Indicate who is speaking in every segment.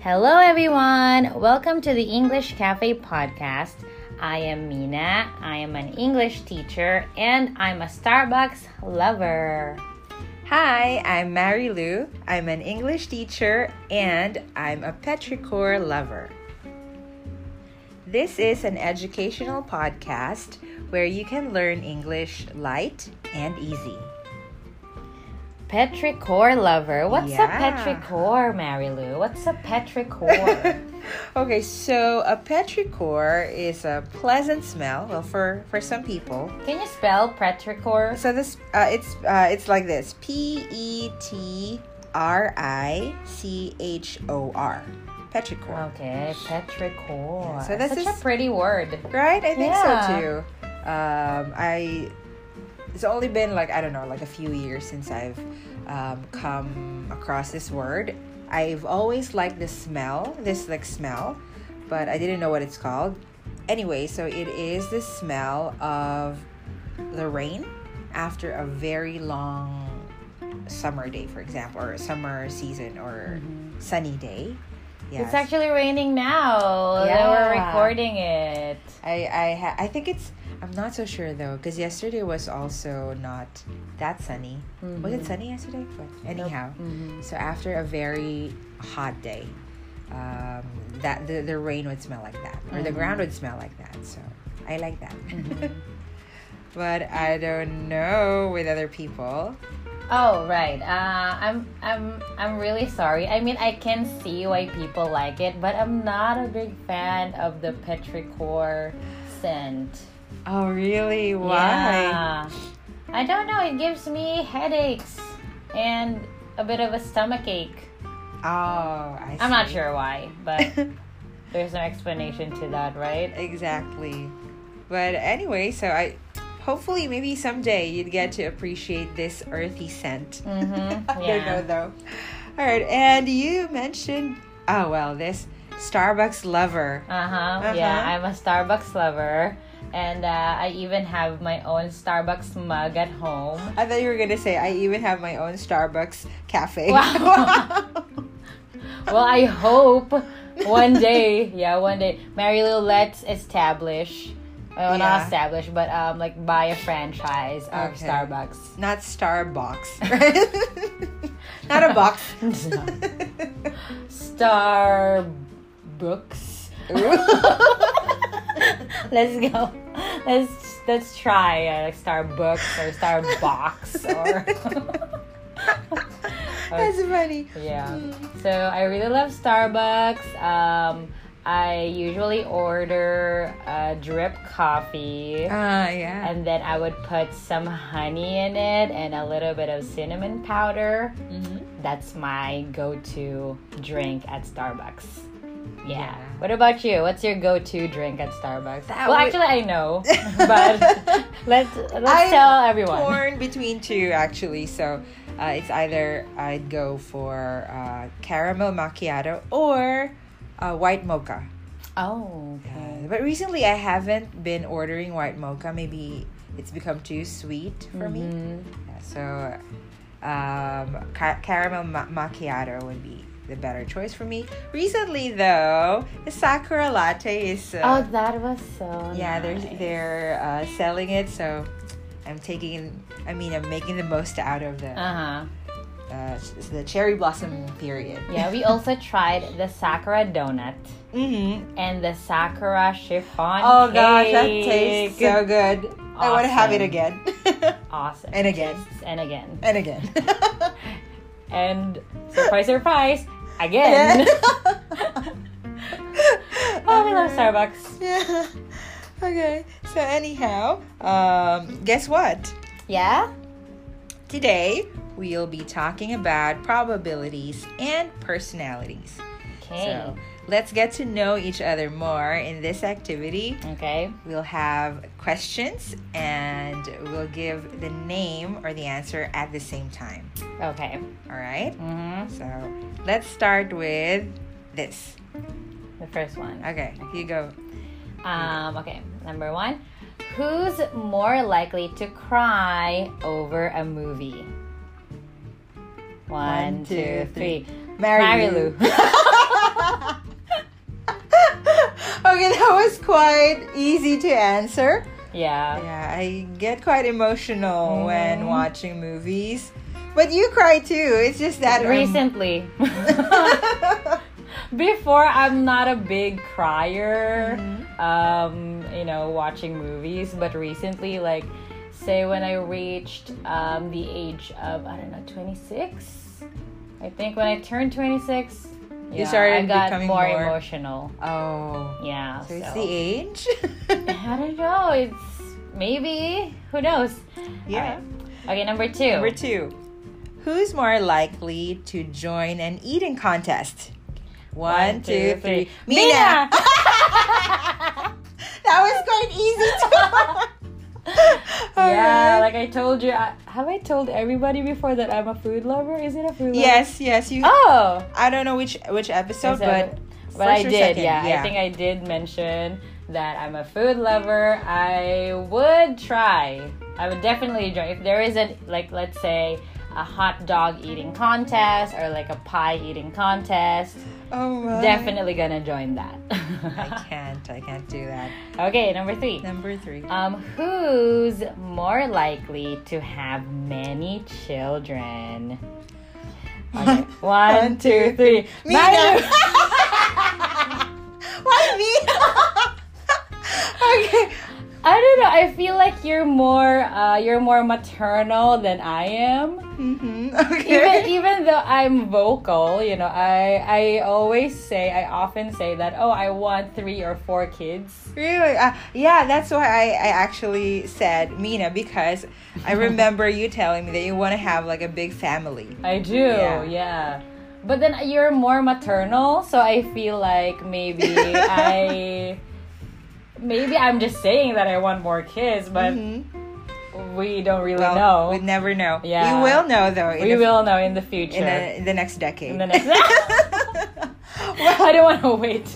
Speaker 1: Hello, everyone. Welcome to the English Cafe podcast. I am Mina. I am an English teacher and I'm a Starbucks lover.
Speaker 2: Hi, I'm Mary Lou. I'm an English teacher and I'm a petrichor lover. This is an educational podcast where you can learn English light and easy.
Speaker 1: Petrichor lover. What's a
Speaker 2: Yeah.
Speaker 1: petrichor, Mary Lou? What's a petrichor?
Speaker 2: okay, so a petrichor is a pleasant smell, well for for some people.
Speaker 1: Can you spell petrichor?
Speaker 2: So this uh, it's uh, it's like this. P E T R I C H O R. Petrichor.
Speaker 1: Okay, petrichor.
Speaker 2: So this
Speaker 1: Such
Speaker 2: is-
Speaker 1: a pretty word.
Speaker 2: Right? I think
Speaker 1: Yeah.
Speaker 2: so too. Um, I it's only been like I don't know, like a few years since I've um, come across this word. I've always liked the smell, this like smell, but I didn't know what it's called. Anyway, so it is the smell of the rain after a very long summer day, for example, or a summer season or sunny day. Yes.
Speaker 1: Mm-hmm. It's actually raining now. that We're
Speaker 2: Yeah.
Speaker 1: recording it.
Speaker 2: I I ha- I think it's I'm not so sure though because yesterday was also not that sunny. Was
Speaker 1: Mm-hmm.
Speaker 2: it sunny yesterday? But anyhow, so after a very hot day, um, that the, the rain would smell like that, or the
Speaker 1: Mm-hmm.
Speaker 2: ground would smell like that. So I like that. but I don't know with other people.
Speaker 1: Oh right. Uh, I'm I'm I'm really sorry. I mean, I can see why people like it, but I'm not a big fan of the petrichor scent.
Speaker 2: Oh really?
Speaker 1: Yeah. I don't know. It gives me headaches and a bit of a stomach ache.
Speaker 2: Oh, I.
Speaker 1: I'm not
Speaker 2: see.
Speaker 1: sure why, but there's no explanation to that, right?
Speaker 2: Exactly. But anyway, so I hopefully maybe someday you'd get to appreciate this earthy scent.
Speaker 1: Mm-hmm.
Speaker 2: I don't know
Speaker 1: Yeah.
Speaker 2: though. All right, and you mentioned oh well, this Starbucks lover.
Speaker 1: Uh-huh. Yeah,
Speaker 2: Uh-huh.
Speaker 1: I'm a Starbucks lover. And uh, I even have my own Starbucks mug at home.
Speaker 2: I thought you were gonna say I even have my own Starbucks cafe.
Speaker 1: Wow. Well, I hope one day, yeah, one day, Mary Lou, let's establish, well,
Speaker 2: Yeah.
Speaker 1: not establish, but um, like buy a franchise of
Speaker 2: Okay.
Speaker 1: Starbucks.
Speaker 2: Not Starbucks, right? Not a box.
Speaker 1: Starbucks. let's go. Let's let's try uh, like Starbucks or Starbucks or
Speaker 2: That's funny.
Speaker 1: yeah.
Speaker 2: Hmm.
Speaker 1: So I really love Starbucks. Um, I usually order a drip coffee.
Speaker 2: Ah, yeah.
Speaker 1: And then I would put some honey in it and a little bit of cinnamon powder.
Speaker 2: Mm-hmm.
Speaker 1: That's my go to drink at Starbucks. Yeah.
Speaker 2: Yeah.
Speaker 1: What about you? What's your go to drink at Starbucks?
Speaker 2: That
Speaker 1: well,
Speaker 2: would-
Speaker 1: actually, I know, but let's, let's
Speaker 2: I'm
Speaker 1: tell everyone.
Speaker 2: Torn between two, actually. So uh, it's either I'd go for uh, caramel macchiato or uh, white mocha.
Speaker 1: Oh, okay.
Speaker 2: Uh, but recently, I haven't been ordering white mocha. Maybe it's become too sweet for
Speaker 1: Mm-hmm. Mm.
Speaker 2: me. Yeah, so um, ca- caramel ma- macchiato would be the better choice for me. Recently, though, the sakura latte is. Uh,
Speaker 1: Oh, that was so.
Speaker 2: yeah, they're
Speaker 1: nice.
Speaker 2: they're uh, selling it, so I'm taking. I mean, I'm making the most out of the uh,
Speaker 1: Uh huh.
Speaker 2: s- uh, the cherry blossom period.
Speaker 1: Yeah, we also tried the Sakura donut
Speaker 2: Mm-hmm.
Speaker 1: and the Sakura chiffon.
Speaker 2: Oh gosh, that
Speaker 1: cake.
Speaker 2: tastes so good. I want to have it
Speaker 1: Awesome.
Speaker 2: again
Speaker 1: awesome.
Speaker 2: And again.
Speaker 1: Tastes- and again.
Speaker 2: and again.
Speaker 1: And surprise, surprise, again. oh, we love Starbucks.
Speaker 2: yeah. Okay. So anyhow, um, guess what?
Speaker 1: Yeah?
Speaker 2: Today we'll be talking about probabilities and personalities.
Speaker 1: Okay.
Speaker 2: So let's get to know each other more in this activity.
Speaker 1: Okay.
Speaker 2: We'll have questions and we'll give the name or the answer at the same time.
Speaker 1: Okay.
Speaker 2: All right?
Speaker 1: Mm-hmm.
Speaker 2: So let's start with this.
Speaker 1: The first one.
Speaker 2: Okay, you go.
Speaker 1: Um, okay. Number one. Who's more likely to cry over a movie? One, two, three.
Speaker 2: Mary,
Speaker 1: Mary
Speaker 2: Lou.
Speaker 1: Lou.
Speaker 2: okay, that was quite easy to answer.
Speaker 1: yeah.
Speaker 2: Yeah, I get quite emotional when
Speaker 1: Mhm.
Speaker 2: watching movies. But you cry too. It's just that um,
Speaker 1: Recently. Before, I'm not a big crier,
Speaker 2: Mm-hmm.
Speaker 1: um, you know, watching movies. But recently, like, say when I reached um, the age of, I don't know, 26? I think when I turned 26, yeah, I
Speaker 2: started
Speaker 1: got
Speaker 2: becoming
Speaker 1: more,
Speaker 2: more-
Speaker 1: emotional.
Speaker 2: oh.
Speaker 1: Yeah.
Speaker 2: So it's the age?
Speaker 1: I don't know. It's maybe. Who knows?
Speaker 2: yeah.
Speaker 1: Alright. Okay, number two.
Speaker 2: Number two. Who's more likely to join an eating contest? One, two, three. Mina! That was quite easy to.
Speaker 1: yeah,
Speaker 2: Alright.
Speaker 1: like I told you, I, have I told everybody before that I'm a food lover? Is it a food lover?
Speaker 2: yes, yes. You.
Speaker 1: Oh.
Speaker 2: I don't know which which episode, but
Speaker 1: but
Speaker 2: first
Speaker 1: I
Speaker 2: or
Speaker 1: did,
Speaker 2: second,
Speaker 1: yeah.
Speaker 2: yeah.
Speaker 1: I think I did mention that I'm a food lover. I would try. I would definitely join. If there is a like, let's say a hot dog eating contest or like a pie eating contest,
Speaker 2: oh my.
Speaker 1: definitely gonna join that.
Speaker 2: I can't. I can't do that.
Speaker 1: okay, number three.
Speaker 2: Number three.
Speaker 1: Um, who's more likely to have many children? Okay. One, two, three.
Speaker 2: Me
Speaker 1: Manu!
Speaker 2: now. Why me? okay.
Speaker 1: I don't know. I feel like you're more uh, you're more maternal than I am.
Speaker 2: Mm-hmm.
Speaker 1: Even
Speaker 2: Okay.
Speaker 1: even though I'm vocal, you know, I I always say I often say that oh I want three or four kids.
Speaker 2: Really? Uh, yeah, that's why I, I actually said Mina because I remember you telling me that you want to have like a big family.
Speaker 1: I do,
Speaker 2: Yeah.
Speaker 1: yeah. But then you're more maternal, so I feel like maybe I maybe I'm just saying that I want more kids, but
Speaker 2: Mhm.
Speaker 1: Mm-hmm. we don't really
Speaker 2: Well,
Speaker 1: know.
Speaker 2: we'd never know.
Speaker 1: Yeah.
Speaker 2: We will know though. In
Speaker 1: we
Speaker 2: the,
Speaker 1: will know in the future.
Speaker 2: In the, in the next decade.
Speaker 1: In the next- I don't want to wait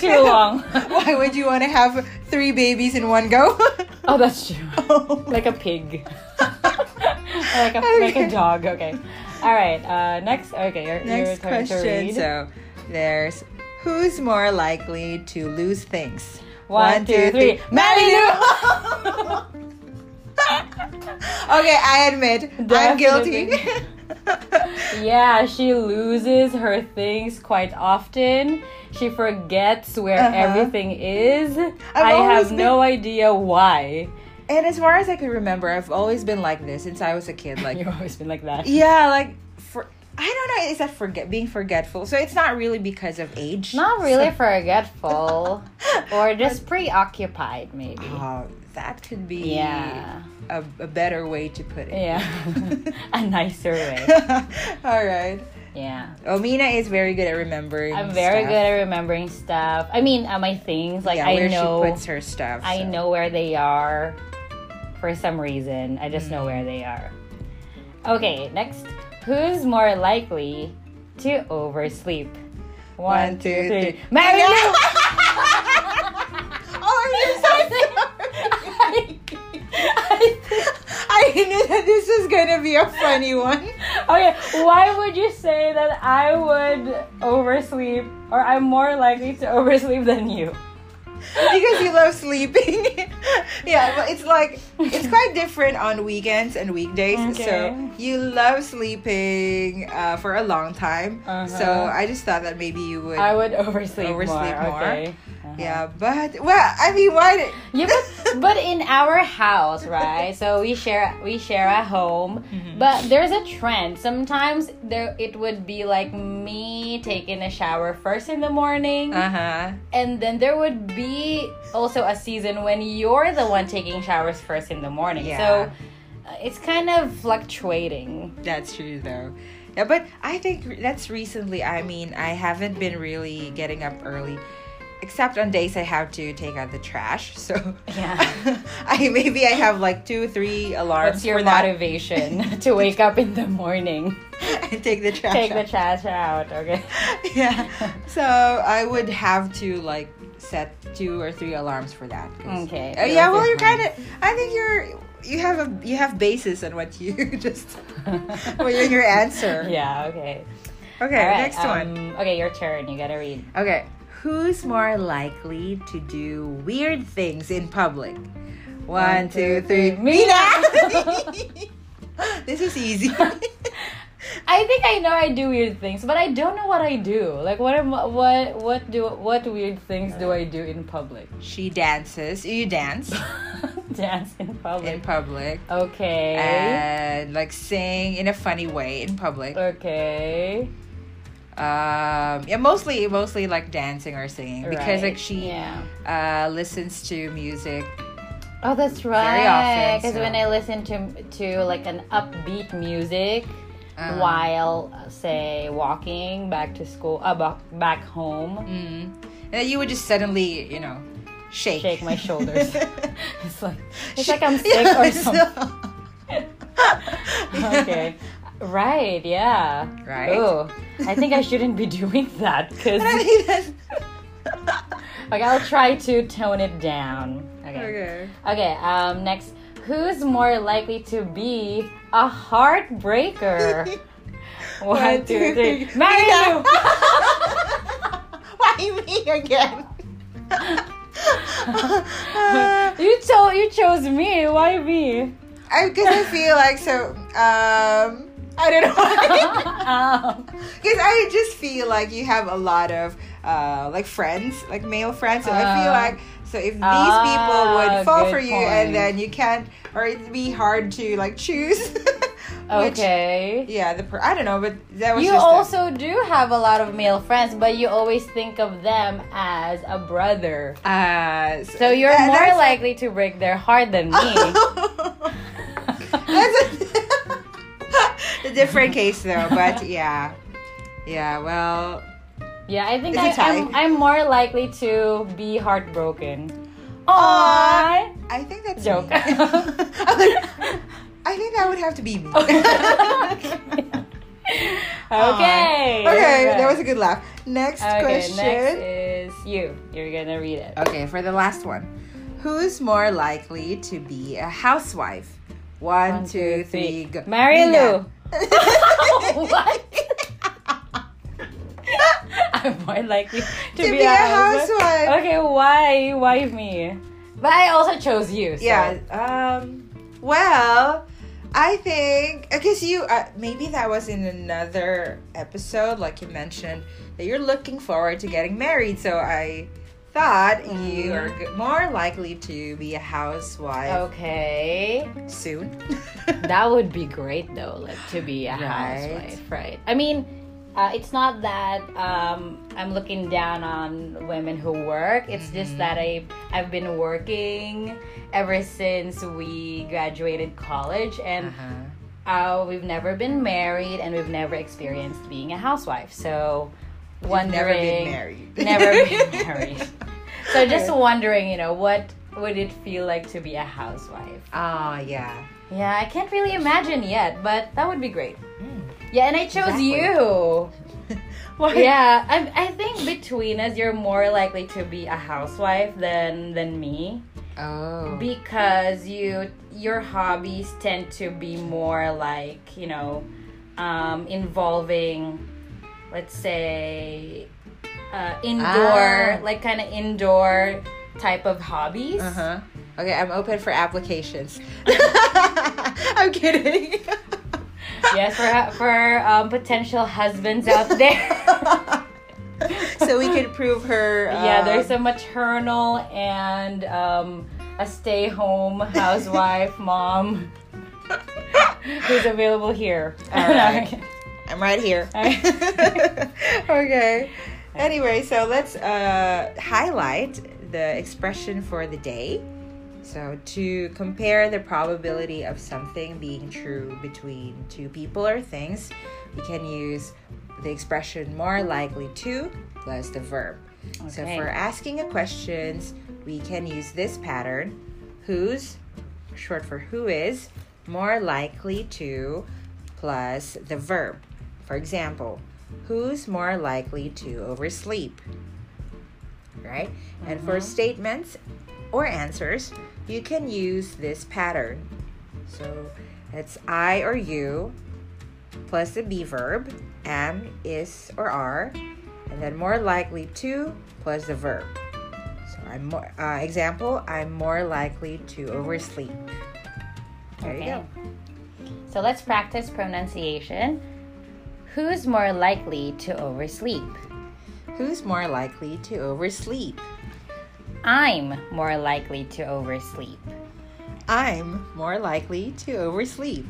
Speaker 1: too long.
Speaker 2: Why would you want to have three babies in one go?
Speaker 1: oh, that's true.
Speaker 2: Oh.
Speaker 1: Like a pig. like a like
Speaker 2: Okay.
Speaker 1: a dog. Okay. All right. Uh, next. Okay. Your, your
Speaker 2: next
Speaker 1: turn to
Speaker 2: question.
Speaker 1: read.
Speaker 2: So there's who's more likely to lose things?
Speaker 1: One, two, three.
Speaker 2: Marry you. okay, I admit I'm guilty.
Speaker 1: Yeah, she loses her things quite often. She forgets where
Speaker 2: Uh-huh.
Speaker 1: everything is. I
Speaker 2: always
Speaker 1: have no idea why.
Speaker 2: and as far as I can remember, I've always been like this since I was a kid. Like
Speaker 1: You've always been like that.
Speaker 2: yeah, like for I don't know. Is that forget being forgetful? So it's not really because of age.
Speaker 1: Not really forgetful, or just preoccupied, maybe.
Speaker 2: Oh, that could be
Speaker 1: Yeah.
Speaker 2: a, a better way to put it.
Speaker 1: Yeah. A nicer way.
Speaker 2: All right.
Speaker 1: Yeah.
Speaker 2: Omina is very good at remembering.
Speaker 1: I'm very
Speaker 2: stuff.
Speaker 1: good at remembering stuff. I mean, uh, my things. Like,
Speaker 2: yeah,
Speaker 1: I
Speaker 2: where she
Speaker 1: know.
Speaker 2: puts her stuff.
Speaker 1: I
Speaker 2: so.
Speaker 1: know where they are for some reason. I just know
Speaker 2: Mm.
Speaker 1: where they are. Okay, next. Who's more likely to oversleep? One, two, three. Mary Lou!
Speaker 2: oh, I'm so sorry. I knew that this was gonna be a funny one.
Speaker 1: okay, why would you say that I would oversleep or I'm more likely to oversleep than you?
Speaker 2: because you love sleeping. yeah, but it's like it's quite different on weekends and weekdays.
Speaker 1: Okay.
Speaker 2: So you love sleeping uh, for a long time. So
Speaker 1: Uh-huh.
Speaker 2: I just thought that maybe you would.
Speaker 1: I would oversleep,
Speaker 2: Oversleep
Speaker 1: more.
Speaker 2: more?
Speaker 1: Okay. Uh-huh.
Speaker 2: yeah, but well, I mean, why? did-
Speaker 1: Yeah, but, but in our house, right? So we share we share a home,
Speaker 2: Mm-hmm.
Speaker 1: but there's a trend. Sometimes there it would be like me taking a shower first in the morning,
Speaker 2: Uh huh.
Speaker 1: and then there would be also a season when you're the one taking showers first in the morning.
Speaker 2: Yeah.
Speaker 1: So uh, it's kind of fluctuating.
Speaker 2: That's true though. Yeah, but I think that's recently. I mean, I haven't been really getting up early, except on days I have to take out the trash. So
Speaker 1: Yeah.
Speaker 2: I maybe I have like two, three alarms
Speaker 1: What's your
Speaker 2: for that
Speaker 1: motivation to wake up in the morning?
Speaker 2: and take the trash.
Speaker 1: Take
Speaker 2: out.
Speaker 1: the trash out, okay?
Speaker 2: yeah. So I would have to like set two or three alarms for that. 'cause-
Speaker 1: Okay, so
Speaker 2: Uh, yeah.
Speaker 1: that's
Speaker 2: Well, you're
Speaker 1: different.
Speaker 2: kind of. I think you're. You have a you have basis on what you just what your your answer.
Speaker 1: Yeah, okay.
Speaker 2: Okay,
Speaker 1: All right,
Speaker 2: next one.
Speaker 1: um, Okay, your turn. You gotta read.
Speaker 2: Okay, who's more likely to do weird things in public? One, two, three.
Speaker 1: Me.
Speaker 2: this is easy.
Speaker 1: I think I know I do weird things, but I don't know what I do. Like what am what what do what weird things do I do in public?
Speaker 2: she dances. You dance
Speaker 1: Dance in
Speaker 2: in Uh,
Speaker 1: public.
Speaker 2: public
Speaker 1: Okay.
Speaker 2: and like sing in a funny way in public.
Speaker 1: okay.
Speaker 2: Um, yeah, mostly mostly like dancing or singing because
Speaker 1: Right,
Speaker 2: like she
Speaker 1: yeah.
Speaker 2: uh, listens to music.
Speaker 1: Oh, that's
Speaker 2: Very
Speaker 1: right.
Speaker 2: often,
Speaker 1: Because
Speaker 2: so-
Speaker 1: when I listen to to like an upbeat music
Speaker 2: Um,
Speaker 1: while uh, say walking back to school, uh, ba- back home,
Speaker 2: Mm, and then you would just suddenly, you know, shake
Speaker 1: shake my shoulders. it's like it's like I'm sick
Speaker 2: Yeah,
Speaker 1: or
Speaker 2: so-
Speaker 1: something. okay. Right, yeah.
Speaker 2: Right?
Speaker 1: Ooh, I think I shouldn't be doing that because.
Speaker 2: I
Speaker 1: okay,
Speaker 2: think that's-
Speaker 1: I'll try to tone it down. Okay.
Speaker 2: okay.
Speaker 1: Okay, um, next. Who's more likely to be a heartbreaker? One, two, three. Marry you!
Speaker 2: Why me again?
Speaker 1: You, cho- you chose me. Why me?
Speaker 2: Because I, feel like so. Um, I don't know.
Speaker 1: Um,
Speaker 2: Because I just feel like you have a lot of uh, like friends, like male friends. So I feel
Speaker 1: Uh.
Speaker 2: like so if these people
Speaker 1: Ah,
Speaker 2: would fall
Speaker 1: good
Speaker 2: for you, and
Speaker 1: point.
Speaker 2: then you can't, or it'd be hard to like choose. which-
Speaker 1: okay.
Speaker 2: yeah, the per- I don't know, but that was
Speaker 1: You
Speaker 2: just a-
Speaker 1: also do have a lot of male friends, but you always think of them as a brother.
Speaker 2: Uh,
Speaker 1: So you're
Speaker 2: that-
Speaker 1: more
Speaker 2: that's-
Speaker 1: likely to break their heart than me.
Speaker 2: that's a, a different case though, but yeah, yeah. Well,
Speaker 1: yeah, I think
Speaker 2: It's a
Speaker 1: I,
Speaker 2: tie.
Speaker 1: am I'm more likely to be heartbroken.
Speaker 2: Aw.
Speaker 1: Aww.
Speaker 2: I think that's
Speaker 1: Joke.
Speaker 2: me. I'm like, I think that would have to be me.
Speaker 1: okay.
Speaker 2: okay, that was a good laugh. Next
Speaker 1: okay,
Speaker 2: question.
Speaker 1: next is you. You're gonna read it.
Speaker 2: Okay, for the last one, who's more likely to be a housewife? One,
Speaker 1: One,
Speaker 2: two,
Speaker 1: two,
Speaker 2: three. go.
Speaker 1: Mary
Speaker 2: Nina.
Speaker 1: what? I'm more likely to,
Speaker 2: To be a housewife.
Speaker 1: Okay, why? Why me? But I also chose you. so-
Speaker 2: Yeah. Um. Well, I think because you uh, maybe that was in another episode, like you mentioned that you're looking forward to getting married. So I thought you are g- more likely to be a housewife
Speaker 1: Okay.
Speaker 2: soon.
Speaker 1: That would be great though, like to be a
Speaker 2: Right.
Speaker 1: housewife, right? I mean, uh, it's not that um, I'm looking down on women who work. It's
Speaker 2: Mm-hmm.
Speaker 1: just that I I've been working ever since we graduated college, and
Speaker 2: Uh-huh.
Speaker 1: uh, we've never been married, and we've never experienced being a housewife. So,
Speaker 2: You've
Speaker 1: wondering,
Speaker 2: never been married.
Speaker 1: never been married. so just wondering, you know, what would it feel like to be a housewife?
Speaker 2: Oh yeah.
Speaker 1: Yeah, I can't really imagine yet, but that would be great.
Speaker 2: Mm.
Speaker 1: Yeah, and I chose
Speaker 2: Exactly.
Speaker 1: you.
Speaker 2: What?
Speaker 1: Yeah, I, I think between us, you're more likely to be a housewife than than me
Speaker 2: Oh.
Speaker 1: because you your hobbies tend to be more like you know um, involving, let's say, uh, indoor
Speaker 2: Ah.
Speaker 1: like kind of indoor type of hobbies.
Speaker 2: Uh huh. Okay, I'm open for applications. I'm kidding.
Speaker 1: Yes, for for um, potential husbands out there.
Speaker 2: so we could prove her.
Speaker 1: Yeah,
Speaker 2: um,
Speaker 1: there's a maternal and um, a stay home housewife mom who's available here.
Speaker 2: All right. I'm right here.
Speaker 1: Okay.
Speaker 2: okay. Anyway, so let's uh, highlight the expression for the day. So, to compare the probability of something being true between two people or things, we can use the expression more likely to plus the verb. So,
Speaker 1: Okay.
Speaker 2: for asking a questions, we can use this pattern who's short for who is more likely to plus the verb. For example, who's more likely to oversleep? Right? And for statements or answers, you can use this pattern. So it's I or you, plus the be verb, am, is, or are, and then more likely to plus the verb. So I'm more, uh, example, I'm more likely to oversleep. There you
Speaker 1: Okay.
Speaker 2: go.
Speaker 1: So let's practice pronunciation. Who's more likely to oversleep?
Speaker 2: Who's more likely to oversleep?
Speaker 1: I'm more likely to oversleep.
Speaker 2: I'm more likely to oversleep.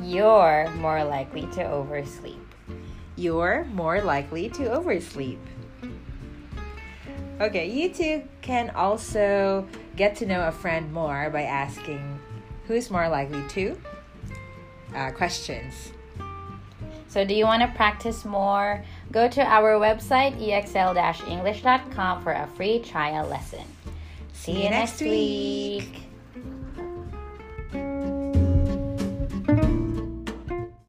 Speaker 1: You're more likely to oversleep.
Speaker 2: You're more likely to oversleep. Okay, you two can also get to know a friend more by asking who's more likely to uh, questions.
Speaker 1: So, do you want to practice more? Go to our website, E exl-english.com, for a free trial lesson. See,
Speaker 2: you next week.